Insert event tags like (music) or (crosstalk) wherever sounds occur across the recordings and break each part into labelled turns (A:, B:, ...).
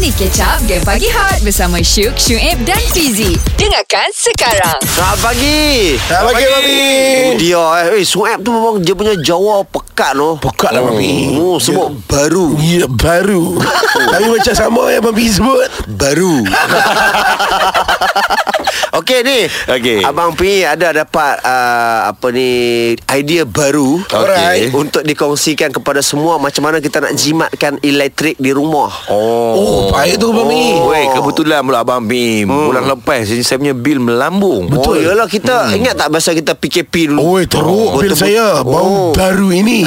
A: Mari catch up Game Pagi Hot Bersama Syuk, Syuib dan Fizi Dengarkan sekarang
B: Selamat pagi.
C: Selamat pagi, Mami.
B: Dia eh, eh Sueb tu memang dia punya Jawa pekat no.
C: Pekat lah, Mami.
B: Oh, sebab
C: Dia baru. Ya, baru. Tapi macam sama yang Mami sebut. Baru.
B: (laughs) Okey ni.
D: Okey.
B: Abang Pi ada dapat uh, apa ni idea baru
C: Alright.
B: untuk dikongsikan kepada semua macam mana kita nak jimatkan elektrik di rumah.
C: Oh, baik tu, Mami.
D: Oh. Weh, kebetulan pula Abang Bim. Hmm. Bulan lepas saya punya bil melambung.
B: Betul. Oh, yalah kita hmm. ingat tak biasa kita PKP dulu. Oh.
C: Oi, Oh, teruk bil
B: betul-
C: saya. Bau baru ini.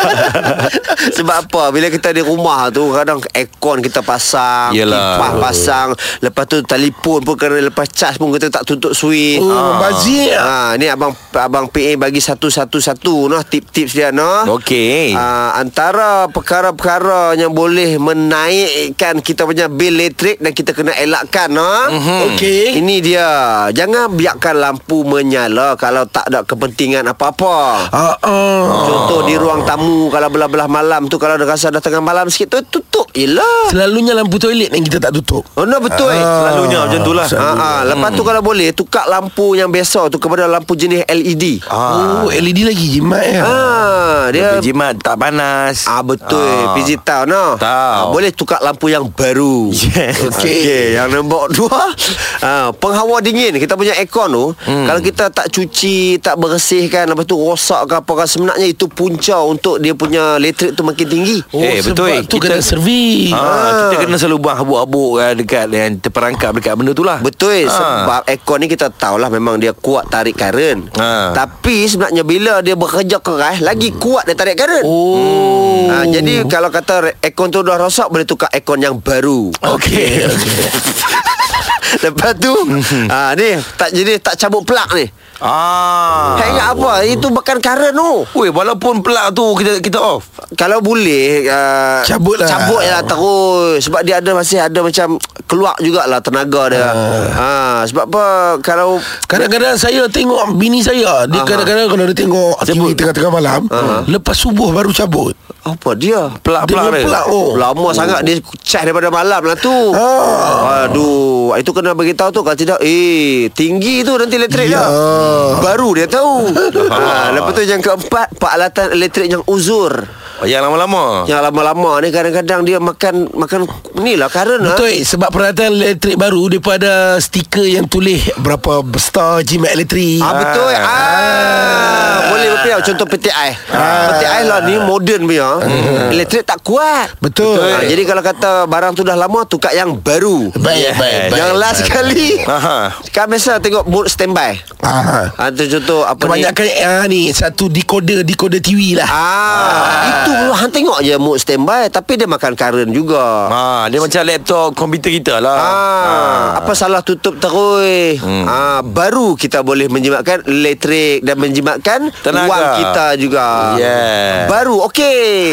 B: (laughs) Sebab apa Bila kita di rumah tu Kadang aircon kita pasang
D: Yelah.
B: Kipas pasang Lepas tu telefon pun Kena lepas charge pun Kita tak tutup switch
C: Oh, bazir.
B: ha, Ni abang abang PA bagi satu-satu-satu nah, Tips-tips dia nah.
D: Oh, Okey.
B: Ha, antara perkara-perkara yang boleh menaikkan kita punya bil elektrik dan kita kena elakkan ha? mm-hmm.
D: Mhm.
C: Okey.
B: Ini dia Jangan biarkan lampu menyala kalau tak ada kepentingan apa-apa
C: Ah, ah.
B: Contoh di ruang tamu Kalau belah-belah malam tu Kalau dah rasa dah tengah malam sikit tu Tutup Yelah
C: Selalunya lampu toilet yang kita tak tutup.
B: Oh no betul eh
D: selalunya macam tu lah.
B: ha, ha. Lepas tu kalau boleh Tukar lampu yang biasa tu Kepada lampu jenis E LED
C: Ah. Oh, LED lagi jimat ya.
B: ha, Dia
D: Dia jimat tak panas.
B: Ah betul ah. Fizi tahu no
D: Tahu.
B: Ah, Boleh tukar lampu yang baru
D: Yes.
B: Okey okay. Yang nombor dua ah, Penghawa dingin Kita punya aircon tu hmm. Kalau kita tak cuci Tak bersihkan Lepas tu rosak ke apa ke Sebenarnya itu punca Untuk dia punya elektrik tu makin tinggi
C: Oh,
D: Eh, betul,
C: sebab
D: eh.
C: tu
D: Kita-
C: kena servis.
D: Ha, kita kena selalu buang habuk-habuk kan, dekat yang terperangkap dekat benda tu lah.
B: Betul ha.
D: Ha.
B: Sebab aircon ni kita tahulah Memang dia kuat tarik current ha.
D: Ha.
B: Tapi sebenarnya Bila dia bekerja keras Lagi kuat dia tarik current
C: Oh.
B: ha, Jadi kalau kata re- Aircon tu dah rosak Boleh tukar aircon yang baru
C: Okey. Okey.
B: Lepas tu ha, Ni tak, Jadi tak cabut plug ni
D: Ah.
B: ha. Ingat apa Itu bukan current tu
D: Weh, walaupun pelak tu kita kita off.
B: kalau boleh uh,
C: Cabut lah.
B: Cabut lah terus Sebab dia ada Masih ada macam Keluar jugalah tenaga dia ha. Sebab apa Kalau
C: Kadang-kadang saya tengok bini saya Dia
B: Aha.
C: kadang-kadang kalau dia tengok TV tengah-tengah malam Lepas subuh baru cabut
B: Apa dia
D: Pelak-pelak
C: Dia
D: dia.
C: pelak
B: Oh.
C: oh.
B: Lama oh. sangat dia cas daripada malam lah tu.
C: Ah.
B: Aduh, itu kena bagi tahu tu kalau tidak eh tinggi tu nanti elektrik
C: Ya.
B: dia. Baru dia
C: (laughs)
B: tahu. ha, lepas tu yang keempat, peralatan elektrik yang uzur.
D: Yang
C: Ha.
D: lama-lama.
B: Yang lama-lama ni kadang-kadang dia makan makan ni lah karen lah.
C: Betul eh, sebab peralatan elektrik baru Dia pun ada stiker yang tulis Berapa besar jimat elektrik
B: Ah betul. Ah, boleh berpihak contoh peti air.
C: Ah.
B: Peti air lah ni moden punya.
C: Hmm.
B: Elektrik tak kuat.
C: Betul. Ah,
B: Ha, jadi kalau kata barang tu dah lama tukar yang baru.
C: Baik, baik, baik
B: Yang last
C: baik.
B: sekali
D: Aha.
B: Kan biasa tengok mode standby
C: Ah.
B: ha, tu Contoh apa ni
C: Kebanyakan ah, ni Satu decoder Decoder TV lah
B: Ah, Itu hang tengok je mode standby Tapi dia makan current juga
D: Ha, dia macam laptop komputer kita lah.
B: Ah, apa salah tutup terus. Hmm. Ah, baru kita boleh menjimatkan elektrik dan menjimatkan
D: Tenaga.
B: wang kita juga.
D: Yeah.
B: Baru
C: Ha.
B: okey.